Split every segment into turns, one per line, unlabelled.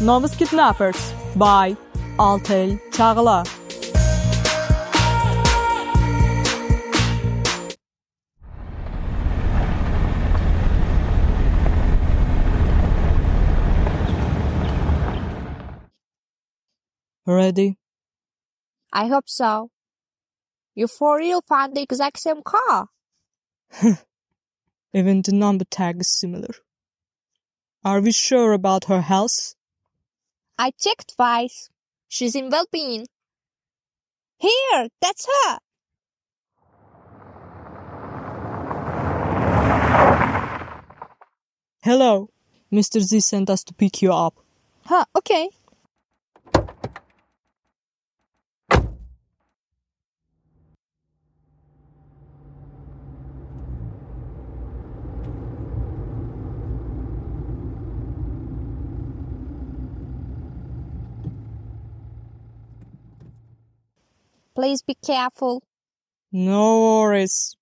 Novice Kidnappers by Altel Çağla. Ready?
I hope so. You for real found the exact same car.
Even the number tag is similar. Are we sure about her health?
I checked twice. She's in well-being. Here, that's her.
Hello. Mr. Z sent us to pick you up.
Huh, okay. Please be careful.
No worries.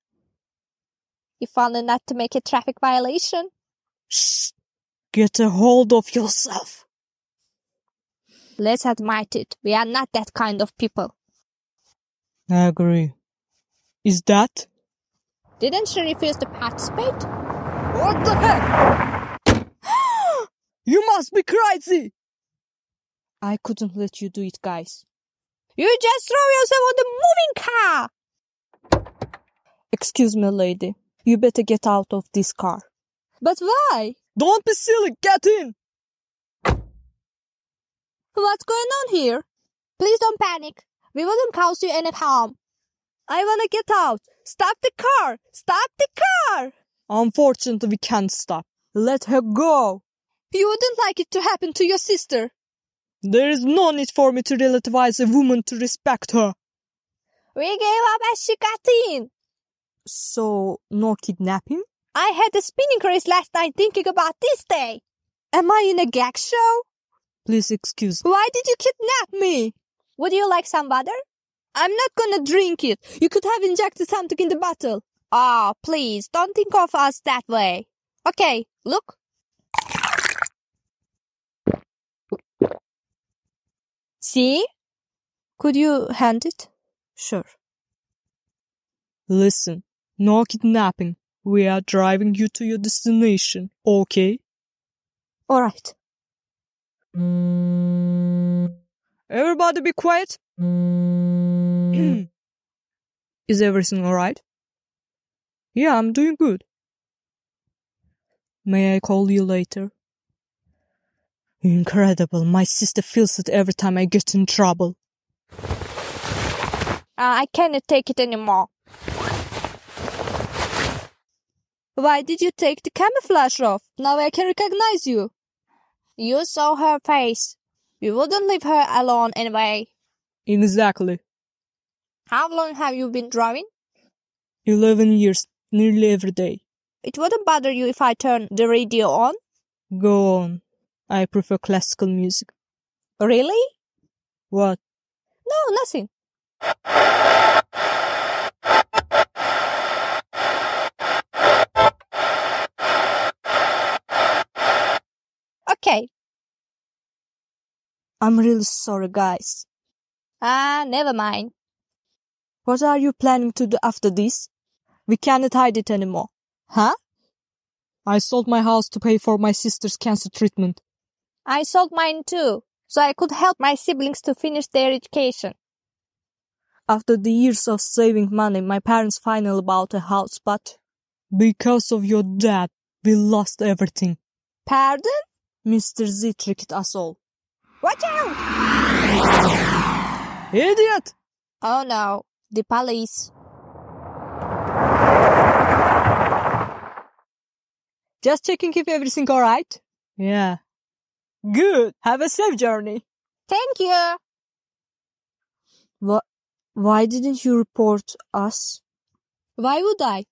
You found it not to make a traffic violation.
Shh. Get a hold of yourself.
Let's admit it. We are not that kind of people.
I agree. Is that?
Didn't she refuse to participate? What the heck?
You must be crazy! I couldn't let you do it, guys.
You just throw yourself on the moving car.
Excuse me, lady. You better get out of this car.
But why?
Don't be silly, get in!
What's going on here? Please don't panic. We wouldn't cause you any harm. I wanna get out. Stop the car. Stop the car.
Unfortunately, we can't stop. Let her go!
You wouldn't like it to happen to your sister.
There is no need for me to relativize a woman to respect her.
We gave up as she got in.
So, no kidnapping?
I had a spinning race last night thinking about this day. Am I in a gag show?
Please excuse.
Why did you kidnap me? Would you like some water? I'm not gonna drink it. You could have injected something in the bottle. Ah, please, don't think of us that way. Okay, look. See? Could you hand it?
Sure. Listen, no kidnapping. We are driving you to your destination, okay?
Alright.
Everybody be quiet. Is everything alright? Yeah, I'm doing good. May I call you later? Incredible. My sister feels it every time I get in trouble.
Uh, I cannot take it anymore. Why did you take the camouflage off? Now I can recognize you. You saw her face. You wouldn't leave her alone anyway.
Exactly.
How long have you been driving?
11 years, nearly every day.
It wouldn't bother you if I turn the radio on.
Go on. I prefer classical music.
Really?
What?
No, nothing. Okay.
I'm really sorry, guys.
Ah, never mind.
What are you planning to do after this? We cannot hide it anymore.
Huh?
I sold my house to pay for my sister's cancer treatment.
I sold mine too, so I could help my siblings to finish their education.
After the years of saving money, my parents finally bought a house, but because of your dad, we lost everything.
Pardon?
Mr. Z tricked us all.
Watch out!
Idiot!
Oh no, the police.
Just checking if everything alright? Yeah. Good. Have a safe journey.
Thank you.
Wh- why didn't you report us?
Why would I?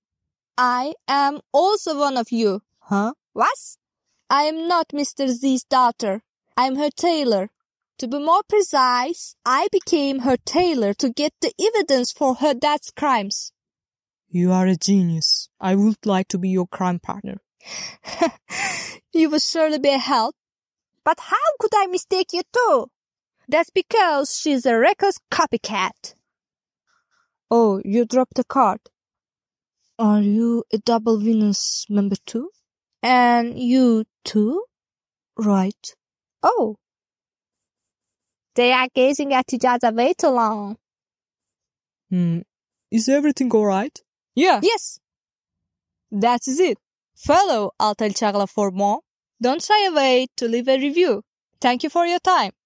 I am also one of you.
Huh?
What? I am not Mr. Z's daughter. I am her tailor. To be more precise, I became her tailor to get the evidence for her dad's crimes.
You are a genius. I would like to be your crime partner.
You will surely be a help. But how could I mistake you too? That's because she's a reckless copycat.
Oh, you dropped a card. Are you a double Venus member too?
And you too?
Right.
Oh. They are gazing at each other way too long.
Hmm. Is everything alright? Yeah,
Yes,
that is it. Follow Altel Charla for more. Don't shy away to leave a review. Thank you for your time.